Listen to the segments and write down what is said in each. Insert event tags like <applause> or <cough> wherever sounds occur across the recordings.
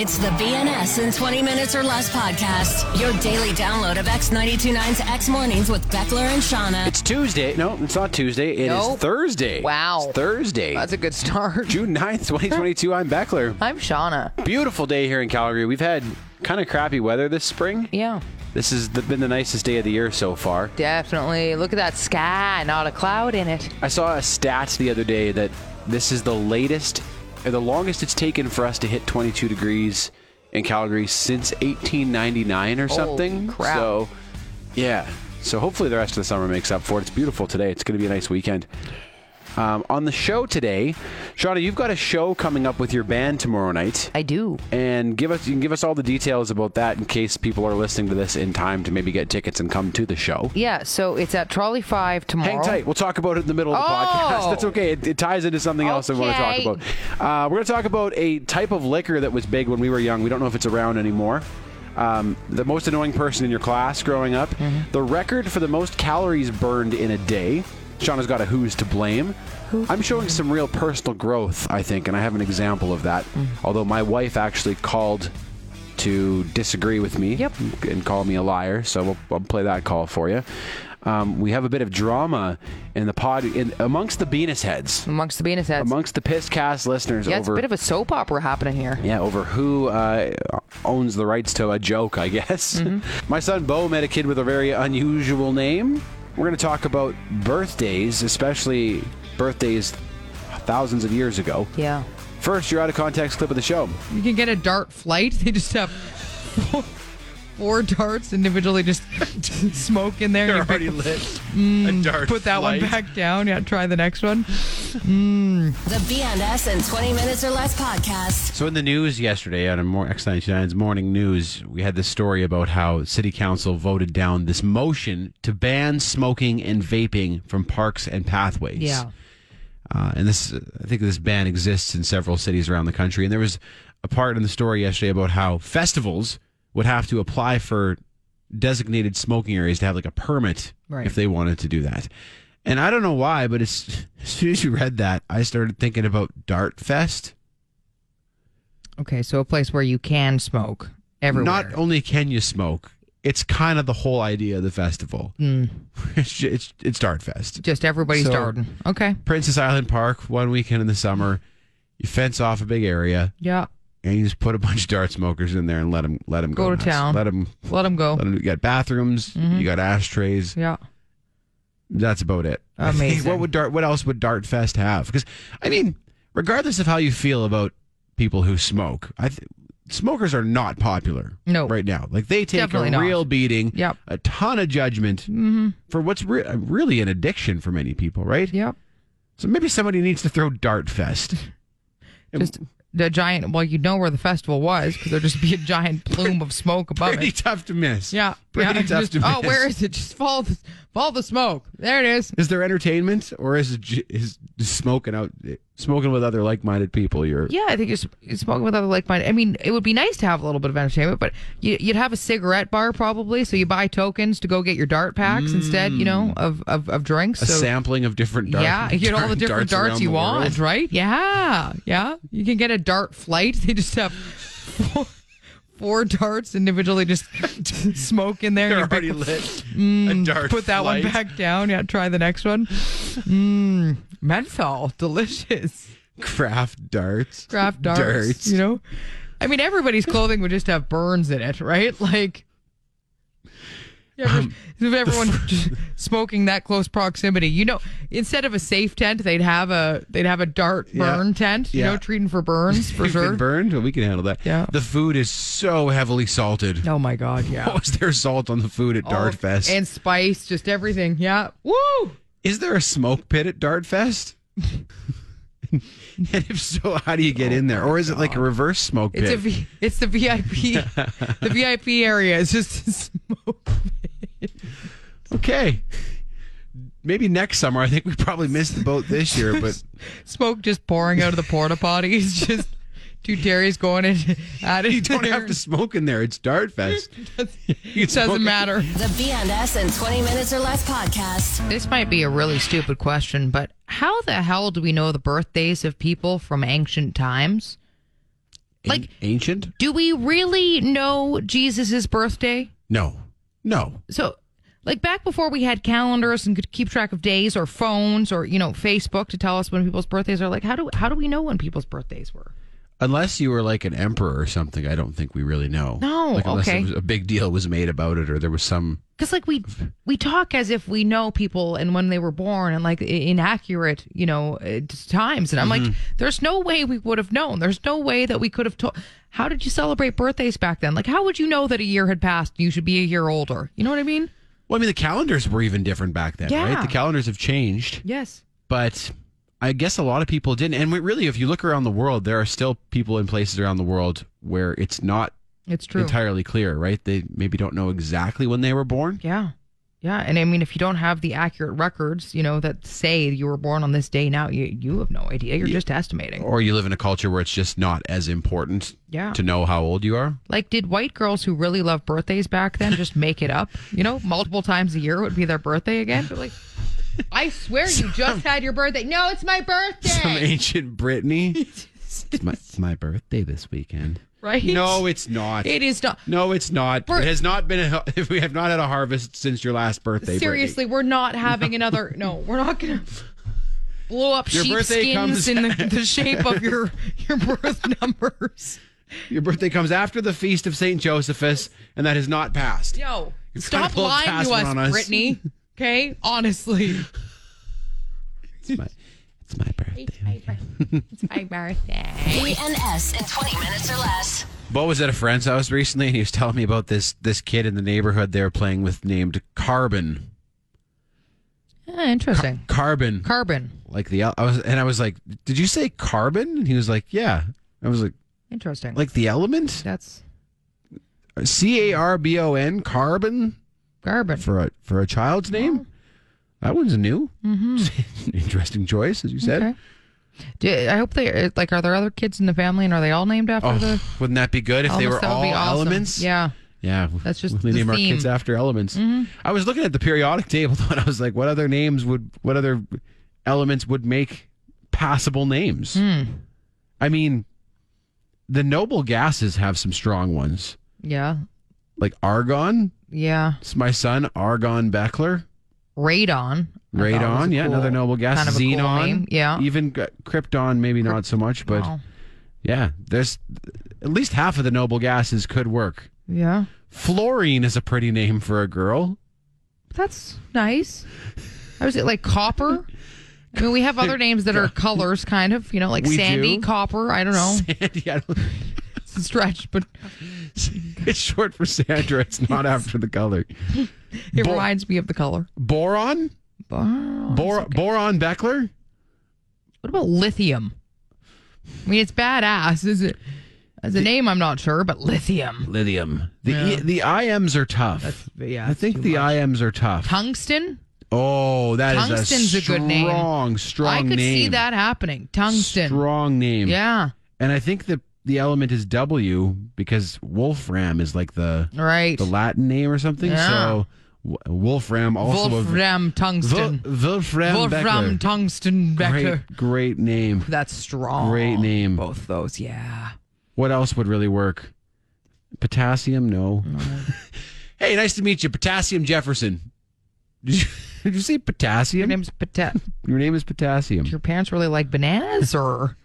It's the BNS in 20 Minutes or Less podcast, your daily download of X929's X Mornings with Beckler and Shauna. It's Tuesday. No, it's not Tuesday. It is Nope. Thursday. Wow. It's Thursday. That's a good start. June 9th, 2022. I'm Beckler. I'm Shauna. Beautiful day here in Calgary. We've had kind of crappy weather this spring. Yeah, This has the- been the nicest day of the year so far. definitely. Look at that sky, not a cloud in it. I saw a stat the other day that this is the latest or the longest it's taken for us to hit 22 degrees in Calgary since 1899 or something. crap. So, yeah. So hopefully the rest of the summer makes up for it. It's beautiful today. It's going to be a nice weekend. Um, on the show today, Shauna, you've got a show coming up with your band tomorrow night, I do. and give us you can give us all the details about that in case people are listening to this in time to maybe get tickets and come to the show. Yeah, so it's at Trolley 5 tomorrow. Hang tight. We'll talk about it in the middle of the Oh. podcast. That's okay. It, it ties into something else I want Okay. to talk about. Uh, we're going to talk about a type of liquor that was big when we were young. We don't know if it's around anymore. Um, the most annoying person in your class growing up. Mm-hmm. The record for the most calories burned in a day. Shauna's got a who's to blame. I'm showing some real personal growth, I think, and I have an example of that. Mm-hmm. Although my wife actually called to disagree with me Yep. and call me a liar. So we'll, I'll play that call for you. Um, we have a bit of drama in the pod in, amongst the Venus heads, Amongst the penis heads. amongst the pissed cast listeners yeah, it's over a bit of a soap opera happening here. yeah, over who uh, owns the rights to a joke, I guess. Mm-hmm. <laughs> My son Bo met a kid with a very unusual name. We're going to talk about birthdays, especially birthdays thousands of years ago. Yeah. First, your out of context clip of the show. You can get a dart <laughs> flight. They just have four, four darts individually, <laughs> just smoke in there. You pick- Mm, Put that one back down. Yeah, try the next one. The BNS in 20 Minutes or Less podcast. So in the news yesterday, on a more X99's morning news, we had this story about how city council voted down this motion to ban smoking and vaping from parks and pathways. Uh, and this, I think this ban exists in several cities around the country. And there was a part in the story yesterday about how festivals would have to apply for designated smoking areas to have like a permit Right. if they wanted to do that. And I don't know why, but as, <laughs> as soon as you read that, I started thinking about Dart Fest. Okay, so a place where you can smoke everywhere. Not only can you smoke, it's kind of the whole idea of the festival. Mm. <laughs> it's, ju- it's it's Dart Fest. just everybody's So- darting. Okay. Princess Island Park, one weekend in the summer, you fence off a big area Yeah. and you just put a bunch of dart smokers in there and let them let them Go go, to nuts. town. Mm-hmm. Let them Let them go. let them. You got bathrooms. You got ashtrays. yeah. That's about it. <laughs> I think- Amazing. what would dart? What else would Dart Fest have? Because I mean, regardless of how you feel about people who smoke, I th- smokers are not popular. No. right now, like they take Definitely a not. real beating. Yep. a ton of judgment Mm-hmm. for what's re- really an addiction for many people. Right. Yep. So maybe somebody needs to throw Dart <laughs> Fest. Just the giant. Well, you'd know where the festival was because there'd just be a giant plume of smoke above Pretty it. tough to miss. Yeah. Pretty yeah, tough just- to miss. Oh, where is it? Just follow the, follow the smoke. There it is. Is there entertainment, or is it ju- is smoking out, smoking with other like-minded people? You're Yeah, I think you're, sp- you're smoking with other like minded. I mean, it would be nice to have a little bit of entertainment, but you, you'd have a cigarette bar probably. So you buy tokens to go get your dart packs instead, you know, of, of, of drinks. Mm. a so, sampling of different darts. yeah, you get all the different darts, you want, right? Yeah, yeah. You can get a dart flight. <laughs> They just have four, four darts individually, just <laughs> smoke in there. <laughs> They're You pick <laughs> already the- lit. a dart Mm, Put that one flight. back down. Yeah, try the next one. Mmm, menthol, delicious. Craft darts. craft darts, you know? I mean, everybody's clothing would just have burns in it, right? Like, you ever- if everyone just smoking that close proximity, you know, instead of a safe tent, they'd have a they'd have a dart Yeah. burn tent, you Yeah. know, treating for burns for You've sure. been burned. Well, we can handle that. Yeah. The food is so heavily salted. Oh my god, yeah. What was their salt on the food at <laughs> Dart Oh, Fest? and spice, just everything, yeah. Woo! is there a smoke pit at Dart Fest? And if so, how do you get in there? Or is it like a reverse smoke pit? It's a v, it's the VIP the VIP area is just a <laughs> smoke. okay. Maybe next summer. I think we probably missed the boat this year, but Smoke just pouring out of the porta potties. <laughs> Just two Terry's going in at it. you don't have to smoke in there. It's Dart Fest. It <laughs> doesn't matter. The BNS in 20 minutes or less podcast. This might be a really stupid question, but how the hell do we know the birthdays of people from ancient times? Like- ancient? Do we really know Jesus' birthday? No. No. So, like back before we had calendars and could keep track of days or phones or you know Facebook to tell us when people's birthdays are. Like, how do how do we know when people's birthdays were? Unless you were like an emperor or something, I don't think we really know. No, Like, unless okay. there was a big deal was made about it or there was some Because like we we talk as if we know people and when they were born and like i- inaccurate you know uh, times and I'm like there's no way we would have known there's no way that we could have told how did you celebrate birthdays back then like how would you know that a year had passed you should be a year older you know what I mean Well, I mean, the calendars were even different back then, right? Yeah. The calendars have changed, yes but I guess a lot of people didn't. And we- really, if you look around the world, there are still people in places around the world where it's not it's true entirely clear, right? They maybe don't know exactly when they were born. yeah yeah and I mean if you don't have the accurate records you know that say you were born on this day now you you have no idea you're just estimating Or you live in a culture where it's just not as important yeah to know how old you <laughs> are. Like, did white girls who really love birthdays back then just make it up? You know, multiple times a year would be their birthday again. But like, I swear you just had your birthday. No, it's my <laughs> Some birthday. ancient <laughs> Brittany. it's, my, it's my birthday this weekend. Right? No, it's not. it is not. No, it's not. Bert- it has not been. A, <laughs> we have not had a harvest since your last birthday. Brittany. Seriously, we're not having another. No, we're not gonna blow up Your birthday sheepskins comes- in <laughs> the, the shape of your your birth <laughs> numbers. Your birthday comes after the feast of Saint Josephus, and that has not passed. No, You're trying stop to pull a lying fast to one us, on us. Brittany. Okay, honestly, It's my, it's my birthday. it's my birthday. BNS in 20 minutes or less. Bo was at a friend's house recently, and he was telling me about this this kid in the neighborhood they were playing with named Carbon. interesting. Carbon, Carbon. like the al- I was, and I was like, "Did you say carbon?" And he was like, "Yeah." I was like, Interesting. "Like the element? That's C A R B O N, carbon Carbon. for a for a child's name? That one's new. <laughs> Interesting choice, as you said. Mm-hmm. Okay. Do, I hope they uh, like. Are there other kids in the family, and are they all named after the? Oh, wouldn't that be good if they elements? were That would all be awesome. elements? Yeah, Yeah, That's just we the name our theme. Mm-hmm. kids after elements. I was looking at the periodic table <laughs> though, and I was like, what other names would what other elements would make passable names? Hmm. I mean, the noble gases have some strong ones, yeah, like argon. yeah. It's my son, argon Beckler. Radon. I thought Radon, was a yeah, cool- another noble gas. Kind of a cool Xenon, name. Yeah. Oh. Even g- krypton, maybe not so much, but Wow. yeah, there's at least half of the noble gases could work. yeah, Fluorine is a pretty name for a girl. that's nice. I was it like copper. I mean, we have <laughs> other names that are colors, kind of. You know, like We sandy, do. copper. I don't know. <laughs> Sandy, I don't, It's a stretch, but it's short for Sandra. It's not after the color. it Bo- reminds me of the color. Boron, Wow. Bor- boron Beckler. What about lithium? I mean, it's badass, is it? As a name, I'm not sure, but lithium, Lithium. The e- the IMs are tough. yeah, I that's think too the much. IMs are tough. tungsten. oh, that is Tungsten's a a good name. strong, strong I could name. see that happening. Tungsten. Strong name. Yeah. And I think the the element is W because wolfram is like the Right. the Latin name or something. Yeah. So w- wolfram also Wolfram a tungsten. Vol- wolfram Wolfram Beckler. tungsten Becker. Great, great name. That's strong. Great name. Both those. Yeah. What else would really work? Potassium? No. <laughs> hey, nice to meet you, Potassium Jefferson. Did you, <laughs> did you say Your potassium? name's Pata- Your name is potassium. Your parents really like bananas, or,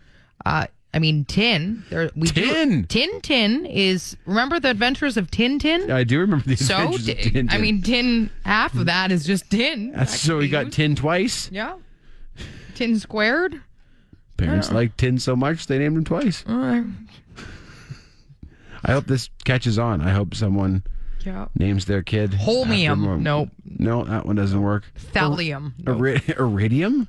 uh, I mean, tin. There, we Tin. Do, tin. Tin is. Remember the Adventures of Tin Tin? I do remember the so, Adventures of ti- Tintin. I mean, tin. Half of that is just tin. That's- That so could we be got used. tin twice. Yeah. Tin <laughs> squared. Parents liked tin so much they named him twice. All right. I hope this catches on. I hope someone Yeah. names their kid Holmium. after- Nope. No, that one doesn't work. <laughs> Thallium. Oh Iri- iridium.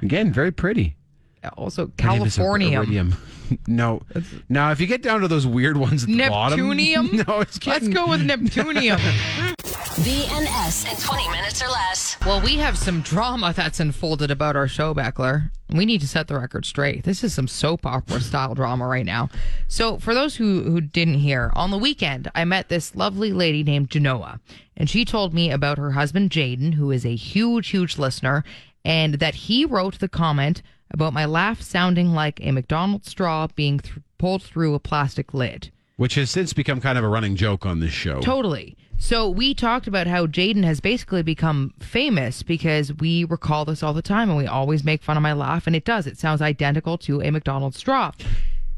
Again, very pretty. Uh, also My name is Californium. Iridium. <laughs> No, now if you get down to those weird ones at the bottom, Neptunium? <laughs> no, it's Let's getting go with Neptunium. BNS in 20 minutes or less. well, we have some drama that's unfolded about our show, Beckler. We need to set the record straight. This is some soap opera style drama right now. So, for those who, who didn't hear, on the weekend, I met this lovely lady named Genoa, and she told me about her husband, Jaden, who is a huge, huge listener, and that he wrote the comment about my laugh sounding like a McDonald's straw being th- pulled through a plastic lid. which has since become kind of a running joke on this show. Totally. So we talked about how Jaden has basically become famous because we recall this all the time and we always make fun of my laugh and it does. It sounds identical to a McDonald's straw.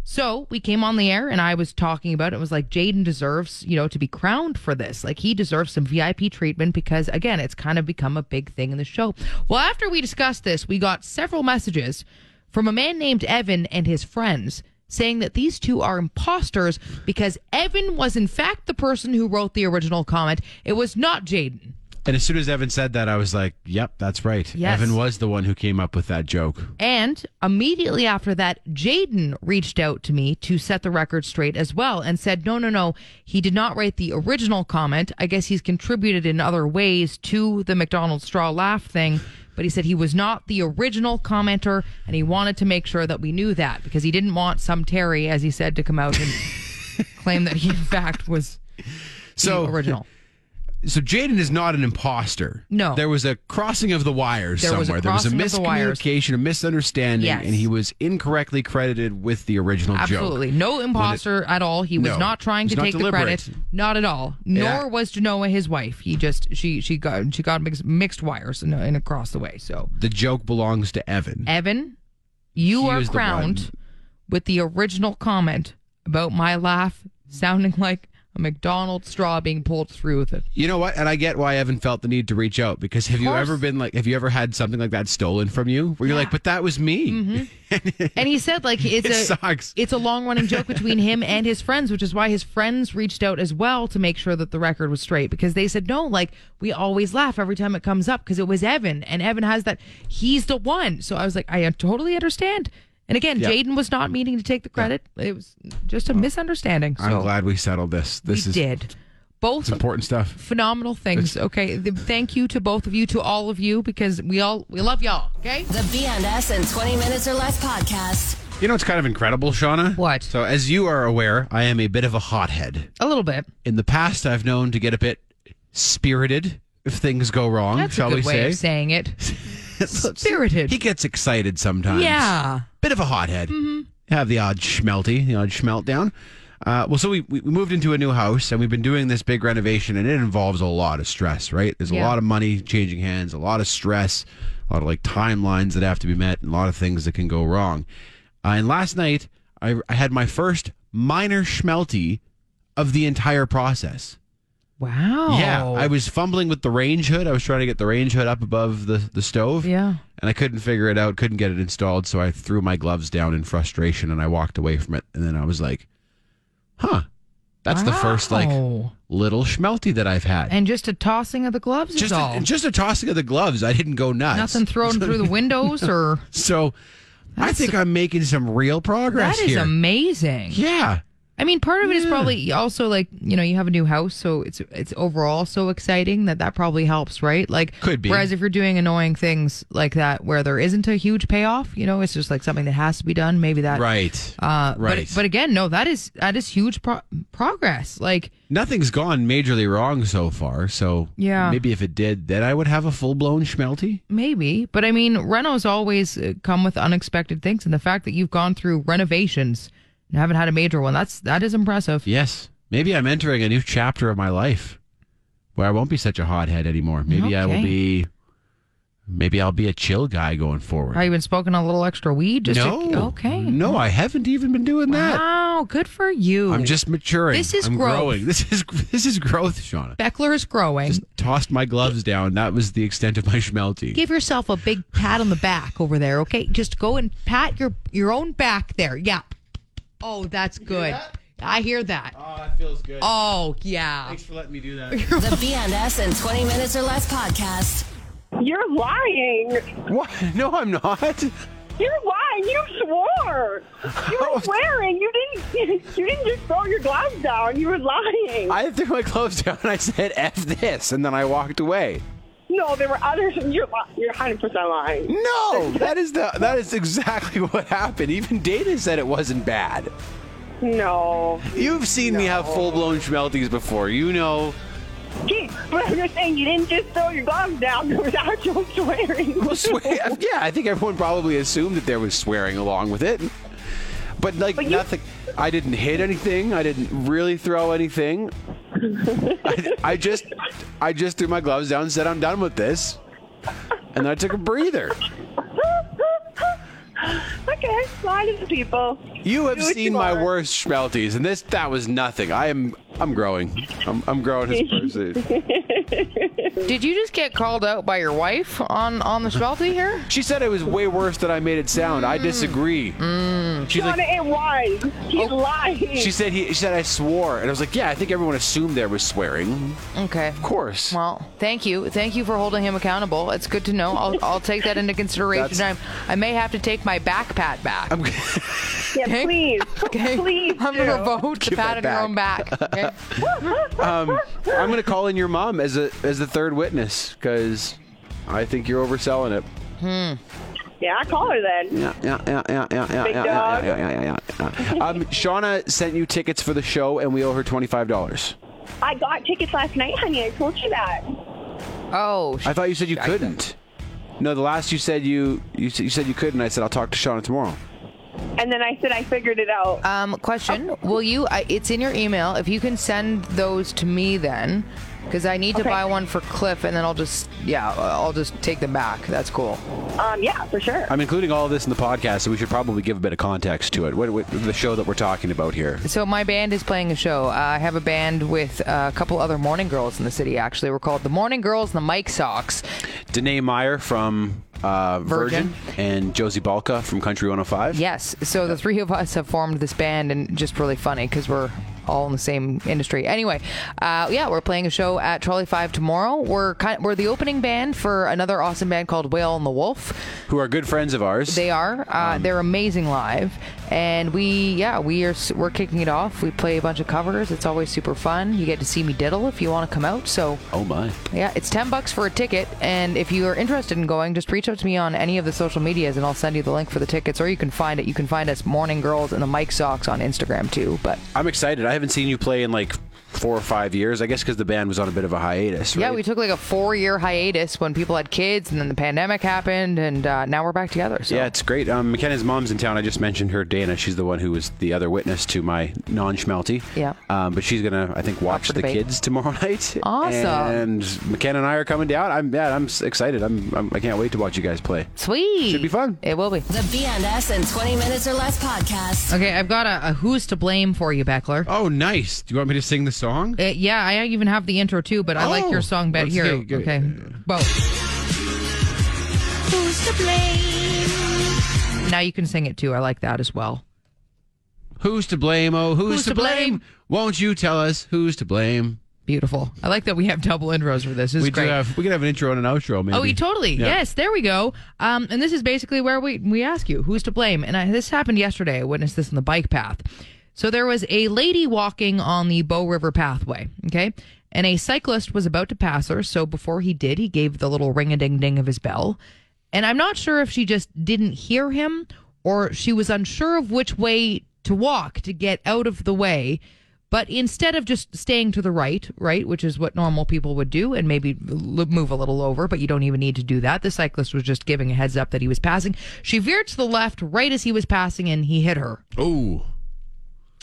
So we came on the air and I was talking about it. It was like Jaden deserves, you know, to be crowned for this. Like he deserves some VIP treatment because again, it's kind of become a big thing in the show. Well, after we discussed this, we got several messages from a man named Evan and his friends saying that these two are imposters because Evan was in fact the person who wrote the original comment. It was not Jaden. And as soon as Evan said that, I was like, "Yep, that's right." Yes. Evan was the one who came up with that joke. And immediately after that, Jaden reached out to me to set the record straight as well and said, no, no, no, he did not write the original comment. I guess he's contributed in other ways to the McDonald's straw laugh thing. But he said he was not the original commenter and he wanted to make sure that we knew that because he didn't want some Terry, as he said, to come out and claim that he, in fact, was So the original. so Jaden is not an imposter. No. There was a crossing of the wires There was a somewhere. there was a crossing of the wires. miscommunication, a misunderstanding, Yes. and he was incorrectly credited with the original Absolutely. joke. No imposter at all. He was No. not trying to It was not take the credit. deliberate. Not at all. Nor Yeah. was Genoa his wife. He just she she got she got mixed, mixed wires and, and across the way. So The joke belongs to Evan. Evan, you He are was the crowned one. with the original comment about my laugh sounding like a McDonald's straw being pulled through with it. You know what? And I get why Evan felt the need to reach out because have you course. ever been like, have you ever had something like that stolen from you where you're like, but that was me? Mm-hmm. And he said like it's <laughs> It a sucks. it's a long running joke between him and his friends, which is why his friends reached out as well to make sure that the record was straight because they said no, like we always laugh every time it comes up because it was Evan and Evan has that he's the one. So I was like, I uh, totally understand. And again, Yeah. Jaden was not meaning to take the credit. It was just a misunderstanding. So I'm glad we settled this. This we is did. Both important stuff. phenomenal things. Okay. The- Thank you to both of you, to all of you, because we all we love y'all. Okay. The BNS in 20 minutes or less podcast. You know, it's kind of incredible, Shauna. What? So, as you are aware, I am a bit of a hothead. A little bit. In the past, I've known to get a bit spirited if things go wrong, That's shall a good we way say? of saying <laughs> it. Spirited. He gets excited sometimes. Yeah. Bit of a hothead. Have the odd schmelty, the odd schmelt down. Uh, well, so we, we we moved into a new house and we've been doing this big renovation and it involves a lot of stress, right? There's Yeah. a lot of money changing hands, a lot of stress, a lot of like timelines that have to be met, and a lot of things that can go wrong. Uh, and last night, I, I had my first minor schmelty of the entire process. Wow. Yeah, I was fumbling with the range hood. I was trying to get the range hood up above the, the stove. Yeah. And I couldn't figure it out, couldn't get it installed. So I threw my gloves down in frustration and I walked away from it. And then I was like, huh, that's the first like Wow. little schmelty that I've had. And just a tossing of the gloves just, is all. a, just a tossing of the gloves. I didn't go nuts. <laughs> Nothing thrown through the windows or. So I think I'm making some real That progress is here. amazing. yeah. I mean, part of it is probably also like you know you have a new house, so it's it's overall so exciting that that probably helps, right? Like Could be. Whereas if you're doing annoying things like that where there isn't a huge payoff, you know, it's just like something that has to be done. Maybe that. Right. Uh, right. But, but again, no, that is that is huge pro- progress. Like Nothing's gone majorly wrong so far. So Yeah. maybe if it did, then I would have a full blown schmelty. Maybe, but I mean, renos always uh, come with unexpected things, and the fact that you've gone through renovations and haven't had a major one—that's that is impressive. Yes. Maybe I'm entering a new chapter of my life where I won't be such a hothead anymore. Maybe I will Okay. be maybe I'll be a chill guy going forward. Have you been smoking a little extra weed? Just to- no. okay. No, I haven't even been doing that. Wow, good for you. I'm just maturing. This is I'm growth. growing. This is this is growth, Shauna. Beckler is growing. Just tossed my gloves down. That was the extent of my schmelty. Give yourself a big pat on the back over there, okay? Just go and pat your your own back there. Yeah. Oh, that's good. I hear that. oh, that feels good. Oh, yeah. for letting me do that. <laughs> The BNS in 20 minutes or less podcast. You're lying. What? No, I'm not. You're you swore. You <laughs> were swearing. You didn't. <laughs> You didn't just throw your gloves down. You were lying. I threw my clothes down and I said "f this," and then I walked away. no, there were others. You're li- you're 100 percent lying. No, that is the that is exactly <laughs> what happened. Even Data said it wasn't bad. No. You've seen me have full blown schmelties before. You <laughs> know. Okay, but I'm just saying you didn't just throw your gloves down. There was actual <laughs> swearing. Well, swear, yeah, I think everyone probably assumed that there was swearing along with it. But like But you- nothing, I didn't hit anything. I didn't really throw <laughs> anything. I, I just, I just threw my gloves down and said, "I'm done with this," and then I took a breather. okay, lie to the people. You have Do what seen you my are. worst schmelties, and this that was nothing. I am, I'm growing. I'm, I'm growing as a <laughs> person. Did you just get called out by your wife on on the Schmelty here? She said it was way worse than I made it sound. Mm. I disagree. She's Donna, like, oh, it was. He's lying. she said he, she said I swore, and I was like, yeah, I think everyone assumed there was swearing. Okay. Of course. Well, thank you, thank you for holding him accountable. It's good to know. I'll, I'll take that into consideration. i That's- I may have to take my backpat back. I'm- yeah, <laughs> please, Okay? please. <laughs> I'm <laughs> do. gonna vote to Give pat that on your own back. Okay? uh, Um, I'm gonna call in your mom as a as the third witness because I think you're overselling it. Yeah, I call her then. Yeah, yeah, yeah, yeah, yeah, yeah, Big yeah, dog. yeah, yeah, yeah, yeah, yeah. Um, Shauna sent you tickets for the show, and we owe her twenty five dollars. I got tickets last night, honey. I told you that. Oh, I thought you said you couldn't. No, the last you said you you, s- you said you couldn't. I said I'll talk to Shauna tomorrow. And then I said I figured it out. Uh, Um, question: Will you? I, it's in your email. If you can send those to me, then because I need to Okay. buy one for Cliff, and then I'll just yeah, I'll just take them back. That's cool. Um, yeah, for sure. I'm including all of this in the podcast, so we should probably give a bit of context to it. What, what the show that we're talking about here? So my band is playing a show. Uh, I have a band with uh, a couple other morning girls in the city. Actually, we're called the Morning Girls and the Mike Socks. Danae Meyer from uh, Virgin. Virgin. and Josie Balka from Country 105. Yes. So the three of us have formed this band, and just really funny because we're all in the same industry. Anyway, uh, yeah, we're playing a show at Trolley Five tomorrow. We're kind we're the opening band for another awesome band called Whale and the Wolf. who are good friends of ours. They are. Uh, they're amazing live, and we yeah we are s- we're kicking it off. We play a bunch of covers. It's always super fun. You get to see me diddle if you want to come out. So oh my! yeah, it's ten bucks for a ticket, and if you are interested in going, just reach out to me on any of the social medias, and I'll send you the link for the tickets, or you can find it. You can find us Morning Girls and the Mike Socks on Instagram too. But I'm excited. I haven't seen you play in like four or five years. I guess because the band was on a bit of a hiatus. Right? yeah, we took like a four year hiatus when people had kids, and then the pandemic happened, and uh, now we're back together. So. Yeah, it's great. Um, McKenna's mom's in town. I just mentioned her, Dana. She's the one who was the other witness to my non-schmelty. Yeah. Um, but she's gonna, I think, watch for the debate. kids tomorrow <laughs> night. Awesome. And McKenna and I are coming down. I'm, yeah, I'm s- excited. I'm, I'm, I can't wait to watch you guys play. Sweet. Should be fun. It will be. The BNS in 20 minutes or less podcast. Okay, I've got a, a who's to blame for you, Beckler. Oh, nice. Do you want me to sing the song? Uh, yeah, I even have the intro too, but I like Oh. your song better Let's here. go, go. okay. Well, Who's to blame? now you can sing it too. I like that as well. Who's to blame? Oh, who's, Who's to to blame? blame? Won't you tell us who's to blame? Beautiful. I like that we have double intros for this. This is we great. do have. We could have an intro and an outro. Maybe. Oh, you totally. Yeah. Yes, there we go. Um, and this is basically where we we ask you who's to blame. And I, this happened yesterday. I witnessed this on the bike path. So there was a lady walking on the Bow River pathway. Okay, and a cyclist was about to pass her. So before he did, he gave the little ring a ding ding of his bell. And I'm not sure if she just didn't hear him or she was unsure of which way to walk to get out of the way. But instead of just staying to the right, right, which is what normal people would do, and maybe l- move a little over, but you don't even need to do that. The cyclist was just giving a heads up that he was passing. She veered to the left right as he was passing, and he hit her. Oh,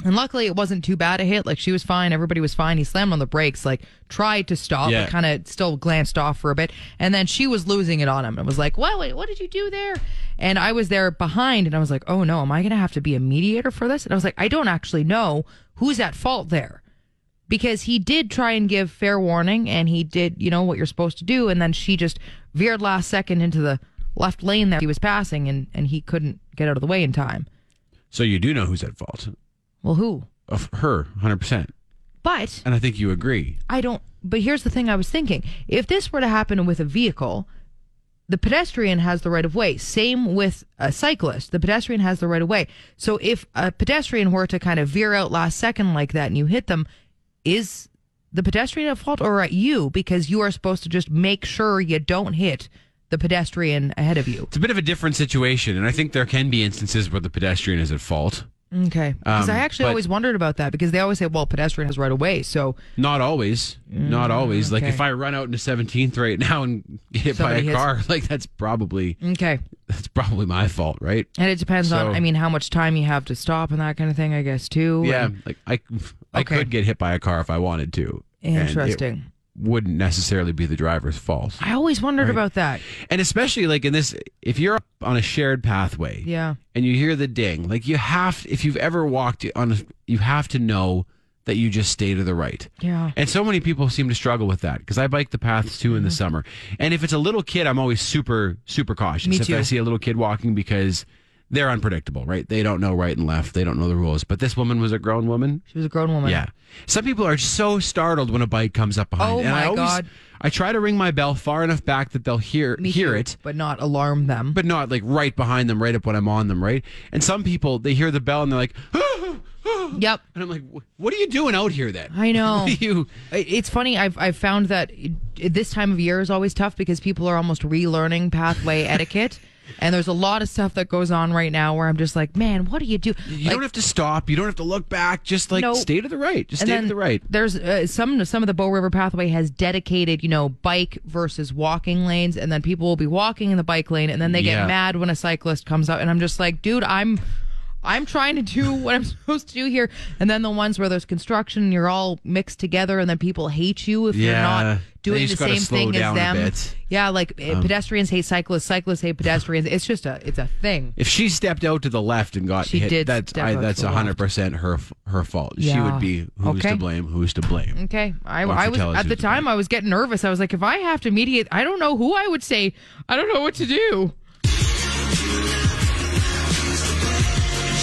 And luckily, it wasn't too bad a hit. Like she was fine, everybody was fine. He slammed on the brakes, like tried to stop, Yeah. but kind of still glanced off for a bit. And then she was losing it on him and was like, "What? Wait, what did you do there?" And I was there behind, and I was like, "Oh no, am I going to have to be a mediator for this?" And I was like, "I don't actually know who's at fault there." because he did try and give fair warning and he did, you know, what you're supposed to do. And then she just veered last second into the left lane that he was passing and, and he couldn't get out of the way in time. so you do know who's at fault? Well, who? Of her, hundred percent. But And I think you agree. I don't, but here's the thing I was thinking if this were to happen with a vehicle, the pedestrian has the right of way. Same with a cyclist. The pedestrian has the right of way. So if a pedestrian were to kind of veer out last second like that and you hit them, is the pedestrian at fault or at you? Because you are supposed to just make sure you don't hit the pedestrian ahead of you. It's a bit of a different situation, and I think there can be instances where the pedestrian is at fault. Okay. Because Um, I actually but- always wondered about that because they always say, well, pedestrian has right of way. So Not always. Not always. Like Mm, okay. if I run out into 17th right now and get hit Somebody by a hits- car, like that's probably okay. that's probably my fault, right? And it depends So- on, I mean, how much time you have to stop and that kind of thing, I guess, too. Yeah, And- Um, like I I Okay. could get hit by a car if I wanted to. and it Interesting. wouldn't necessarily be the driver's fault. I always wondered about that. And especially like in this if you're on a shared pathway. Yeah. and you hear the ding, like you have, if you've ever walked on, a, you have to know that you just stay to the right. Yeah. And so many people seem to struggle with that because I bike the paths too in the summer. Mm-hmm. And if it's a little kid, I'm always super, super cautious. Me if too. I see a little kid walking because they're unpredictable, right? They don't know right and left. They don't know the rules. But this woman was a grown woman. She was a grown woman. Yeah. Some people are so startled when a bike comes up behind. Oh and I my always, God. I try to ring my bell far enough back that they'll hear Me hear too, it But not alarm them. but not like right behind them, right up when I'm on them, right? And some people they hear the bell and they're like, Yep. And I'm like, "Wh- what are you doing out here then? I know. What are <laughs> you I- It's funny. I've I've found that it- this time of year is always tough because people are almost relearning pathway <laughs> etiquette, and there's a lot of stuff that goes on right now where I'm just like, man, what do you do? you don't have to stop. You don't have to look back. Just like No. stay to the right. Just and stay then to the right. There's uh, some some of the Bow River pathway has dedicated, you know, bike versus walking lanes, and then people will be walking in the bike lane, and then they Yeah. get mad when a cyclist comes up, and I'm just like, dude, I'm. I'm trying to do <laughs> what I'm supposed to do here, and then the ones where there's construction, and you're all mixed together, and then people hate you if you're Yeah. not They doing the just gotta same slow thing down as a them. bit. Um, Yeah, like eh, pedestrians hate cyclists, cyclists hate pedestrians. It's just a it's a thing. If she stepped out to the left and got She hit, did that's step I, out that's to the left. 100 percent her f- her fault. She Yeah. would be who's Okay. to blame. Who's to blame? Okay, I, Well, I if you was tell us at the who's the time I was getting nervous. I was like, if I have to mediate, I don't know who I would say. I don't know what to do.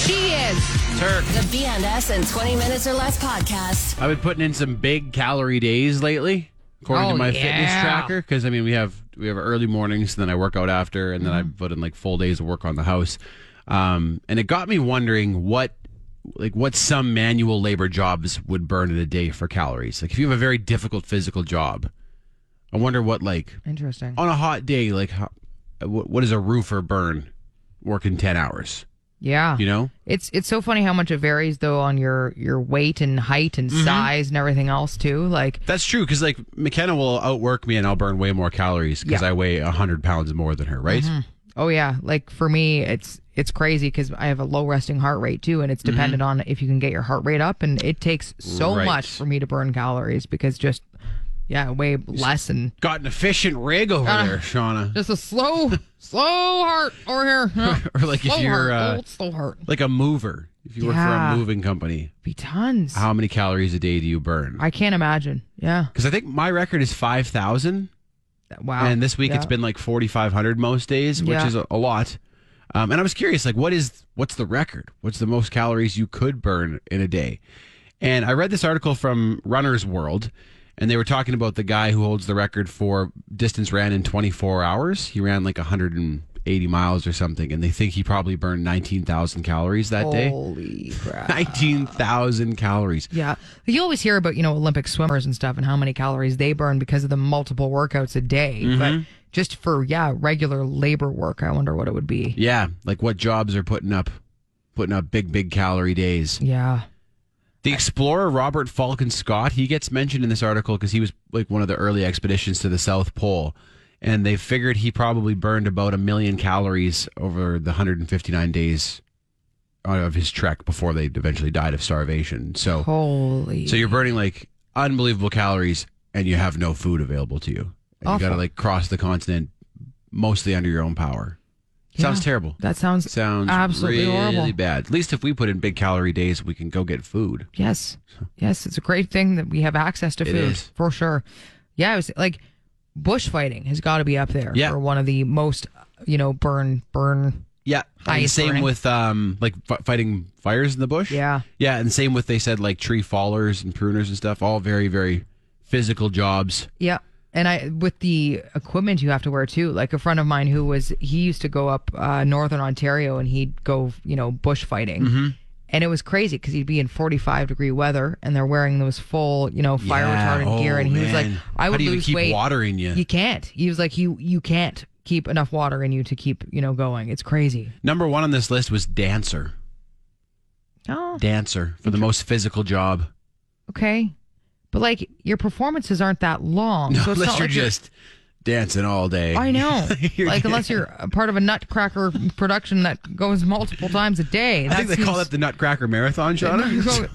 She is. Turk. The BNS in 20 minutes or less podcast. I've been putting in some big calorie days lately, according to Oh, my fitness yeah. tracker. Because I mean, we have we have early mornings, and then I work out after, and then Mm-hmm. I put in like full days of work on the house. Um, and it got me wondering what like what some manual labor jobs would burn in a day for calories. Like if you have a very difficult physical job, I wonder what like Interesting. on a hot day, like how, what, what does a roofer burn working ten hours? Yeah. You know. It's it's so funny how much it varies though on your your weight and height and Mm-hmm. size and everything else too. Like That's true because like McKenna will outwork me and I'll burn way more calories because Yeah. I weigh hundred pounds more than her, right? oh yeah, like for me it's it's crazy because I have a low resting heart rate too, and it's dependent on if you can get your heart rate up, and it takes so Mm-hmm. Right. much for me to burn calories because just yeah, I weigh less and. Got an efficient rig over there, Shauna. Ah. Just a slow, slow heart over here. <laughs> Or like if Slow you're, heart, uh, old slow heart. Like a mover. If you work for Yeah. a moving company, Be tons. how many calories a day do you burn? I can't imagine. Yeah. Because I think my record is five thousand, Wow. and this week Yeah. it's been like forty five hundred most days, which Yeah. is a, a lot. Um, and I was curious, like, what is what's the record? What's the most calories you could burn in a day? And I read this article from Runner's World, and they were talking about the guy who holds the record for distance ran in 24 hours. He ran like 180 miles or something, and they think he probably burned 19,000 calories that Oh, <laughs> day. Holy crap. 19,000 calories. Yeah. You always hear about, you know, Olympic swimmers and stuff and how many calories they burn because of the multiple workouts a day. Mm-hmm. But just for, yeah, regular labor work, I wonder what it would be. Yeah, like what jobs are putting up putting up big big calorie days. Yeah. The explorer Robert Falcon Scott, he gets mentioned in this article because he was like one of the early expeditions to the South Pole. And they figured he probably burned about a million calories over the 159 days uh, of his trek before they eventually died of starvation. So, Holy. so you're burning like unbelievable calories and you have no food available to you. And you got to Awful. like cross the continent mostly under your own power. Sounds Yeah. terrible. That sounds Sounds absolutely really horrible. bad. At least if we put in big calorie days, we can go get food. Yes. Yes, it's a great thing that we have access to It food is. for sure. Yeah, it was like bushfighting has got to be up there Yeah. for one of the most, you know, burn burn. Yeah, and Highest same burning. with um like f- fighting fires in the bush. Yeah. yeah, and same with they said like tree fallers and pruners and stuff. All very very physical jobs. Yeah. and I with the equipment you have to wear too. Like a friend of mine who was he used to go up uh, northern Ontario and he'd go you know bush fighting, Mm-hmm. and it was crazy because he'd be in forty five degree weather and they're wearing those full you know fire Yeah. retardant gear Oh, and he was like, man. I How would do you even lose keep weight. water in you? You can't. He was like, you you can't keep enough water in you to keep you know going. It's crazy. Number one on this list was dancer. Oh, Dancer for the most physical job. okay. But like your performances aren't that long, so it's unless not you're like just dancing all day. I know. <laughs> You're like, unless you're a part of a Nutcracker production that goes multiple times a day. I think they call seems- that the Nutcracker Marathon, <laughs> Shauna.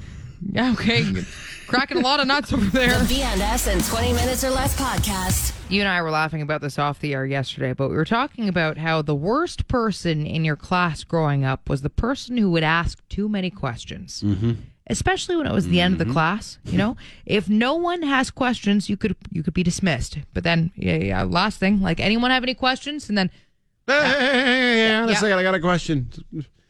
Yeah, okay. Cracking a lot of nuts over The there. BNS in 20 minutes or less podcast. You and I were laughing about this off the air yesterday, but we were talking about how the worst person in your class growing up was the person who would ask too many questions. Mm-hmm. Especially when it was the end Mm-hmm. of the class, you know. if no one has questions, you could you could be dismissed. But then, yeah, yeah. Last thing, like anyone have any questions? And then Hey, hey, hey, hey, hey, on a Yeah. second, I got a question.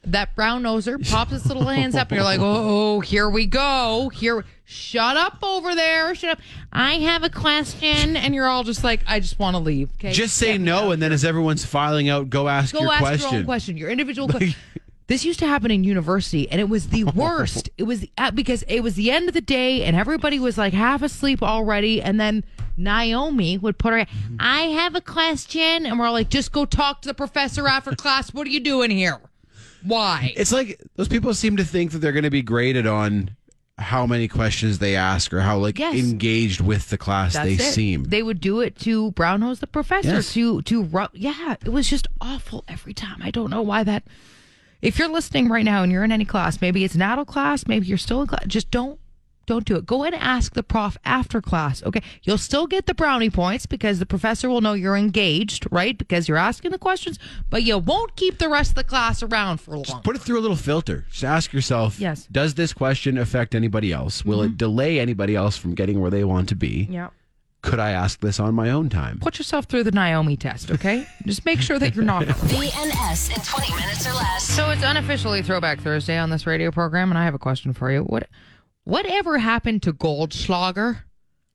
that brown noser <laughs> pops his little hands up, and you're like, "Oh, here we go! Here, shut up over there! Shut up! I have a question," and you're all just like, "I just want to leave." Okay, Just say no, and then as everyone's filing out, go ask go your ask question. your own question, your individual question. <laughs> This used to happen in university, and it was the worst. it was the, uh, because it was the end of the day, and everybody was like half asleep already, and then. Naomi would put her. Mm-hmm. I have a question, and we're all like, "Just go talk to the professor after class. What are you doing here? Why?" It's like those people seem to think that they're going to be graded on how many questions they ask or how like Yes. engaged with the class they That's it. seem. They would do it to brown hose the professor Yes. to to ru- yeah. It was just awful every time. I don't know why that. If you're listening right now and you're in any class, maybe it's an adult class, maybe you're still in class. Just don't don't do it. Go and ask the prof after class. Okay, you'll still get the brownie points because the professor will know you're engaged, right? Because you're asking the questions, but you won't keep the rest of the class around for long. Put it through a little filter. Just ask yourself, Yes. Mm-hmm. does this question affect anybody else? Will it delay anybody else from getting where they want to be? yeah. Could I ask this on my own time? Put yourself through the Naomi test, okay? <laughs> Just make sure that you're not. BNS in 20 minutes or less. So it's unofficially Throwback Thursday on this radio program, and I have a question for you. What, whatever happened to Goldschlager?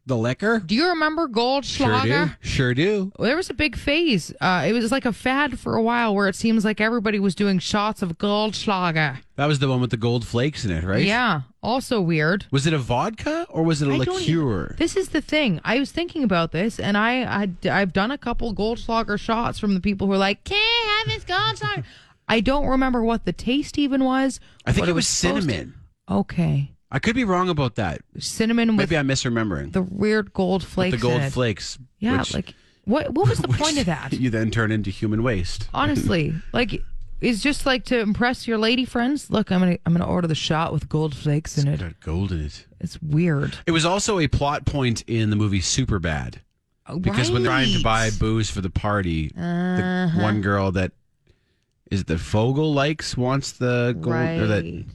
The liquor? Do you remember Sure Goldschlager? do. Sure do. Well, there was a big phase. Uh, it was like a fad for a while, where it seems like everybody was doing shots of Goldschlager. That was the one with the gold flakes in it, right? Yeah, also weird. Was it a vodka or was it a I don't even- liqueur? This is the thing. I was thinking about this, and I, I I've done a couple Goldschlager shots from the people who are like, "Can't have his Goldschlager." I don't remember what the taste even was. I think what it was supposed to- cinnamon. Okay. I could be wrong about that. cinnamon with Maybe I'm misremembering. the weird gold With flakes. the in gold it. flakes. Yeah, which- like what? What was the <laughs> which point of that? You then turn into human waste. Honestly, like it's just like to impress your lady friends. Look, I'm gonna I'm gonna order the shot with gold flakes in it. Got gold in it. It's weird. It was also a plot point in the movie Superbad. Because when they're trying to buy booze for the party, Uh-huh. the one girl that is the Fogel likes wants the gold or that Right.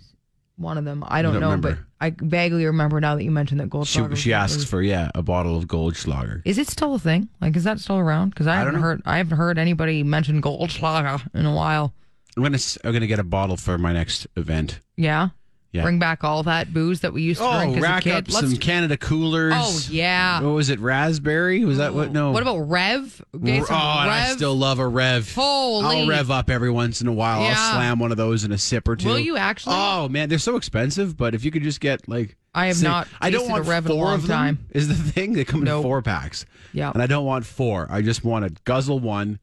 one of them, I don't, don't know, remember. but I vaguely remember now that you mentioned that gold. she, she asks for yeah a bottle of Goldschlager. Is it still a thing? Like, is that still around? Because I, haven't don't know. heard I haven't heard anybody mention <laughs> Goldschlager in a while. I'm gonna s- I'm gonna get a bottle for my next event. Yeah. Yeah. Bring back all that booze that we used to drink Oh, as rack a kid. up some Canada coolers. Oh, yeah. What was it? Raspberry? Was that what? No. What about Rev? R- Get Oh, some and I Rev. still love a rev. Holy. I'll rev up every once in a while. I'll Yeah. slam one of those in a sip or two. Will you actually? Oh man, they're so expensive. But if you could just get like, I have six- not I don't tasted a want rev in a four long of them. time. Is the thing they come in Nope. four packs. Yeah. and I don't want four. I just want to guzzle one.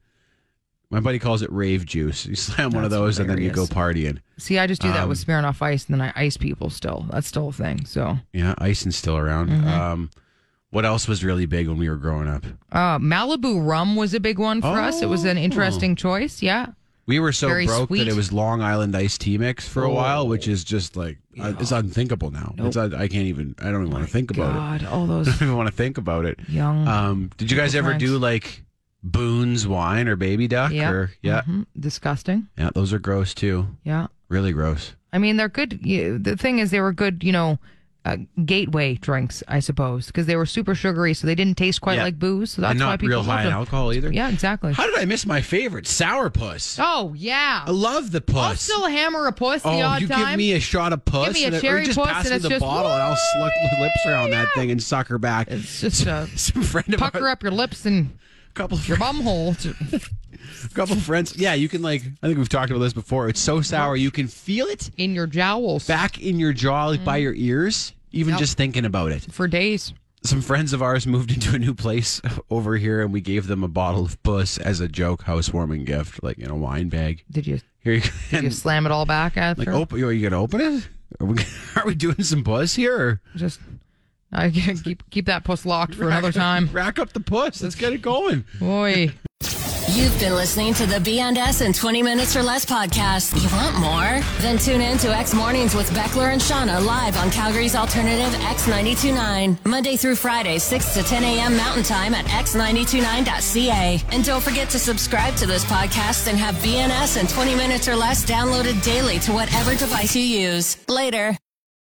My buddy calls it rave juice. You slam one of That's those and then you go hilarious. partying. See, I just do Um, that with with Smirnoff Ice, and then I ice people still. That's still a thing. So, Yeah, icing's still around. Mm-hmm. Um, what else was really big when we were growing up? uh, Malibu rum was a big one for us. It was an Oh. interesting choice. Yeah. We were so Very broke sweet. Oh. that it was Long Island iced tea mix for a while, which is just like uh, it's unthinkable now. It's un- I can't even. I don't even want to think about it. God, all <laughs> I those don't even want to think about it. young. Um, did you guys ever times. do like Boone's wine or Baby Duck? yeah. Or, yeah. Mhm. Disgusting. Yeah. Those are gross too. Yeah. Really gross. I mean, they're good. You, the thing is, they were good, you know, uh, gateway drinks, I suppose, because they were super sugary, so they didn't taste quite Yeah. like booze. So that's and why not people real loved high in them. alcohol either. Yeah, exactly. How did I miss my favorite? Sourpuss. oh yeah, I love the puss. I'll still hammer a puss Oh, the odd you time. give me a shot of puss, me a and it- cherry or just puss pass and me it's the just, bottle, and I'll slick my lips around that thing and suck her back. it's just uh, <laughs> Some friend of pucker ours- up your lips and couple of your bum hole. couple friends. Yeah, you can like. I think we've talked about this before. It's so sour you can feel it in your jowls back in your jaw, like by your ears. Even just thinking about it. for days. Some friends of ours moved into a new place <laughs> over here, and we gave them a bottle of puss as a joke housewarming gift, like in a wine bag. Did you Here you go. did you And, slam it all back after? like, oh. open. Are you gonna open it? Are we, <laughs> are we doing some puss here? Or Just I <laughs> can't keep keep that puss locked for another time. rack up the puss. Let's get it going. Boy. You've been listening to the Beyond S in 20 Minutes or Less podcast. You want more? Then tune in to X Mornings with Beckler and Shauna live on Calgary's alternative X929. Monday through Friday, 6 to 10 a.m. Mountain Time at x929.ca. And don't forget to subscribe to this podcast and have BNS in 20 Minutes or Less downloaded daily to whatever device you use. Later.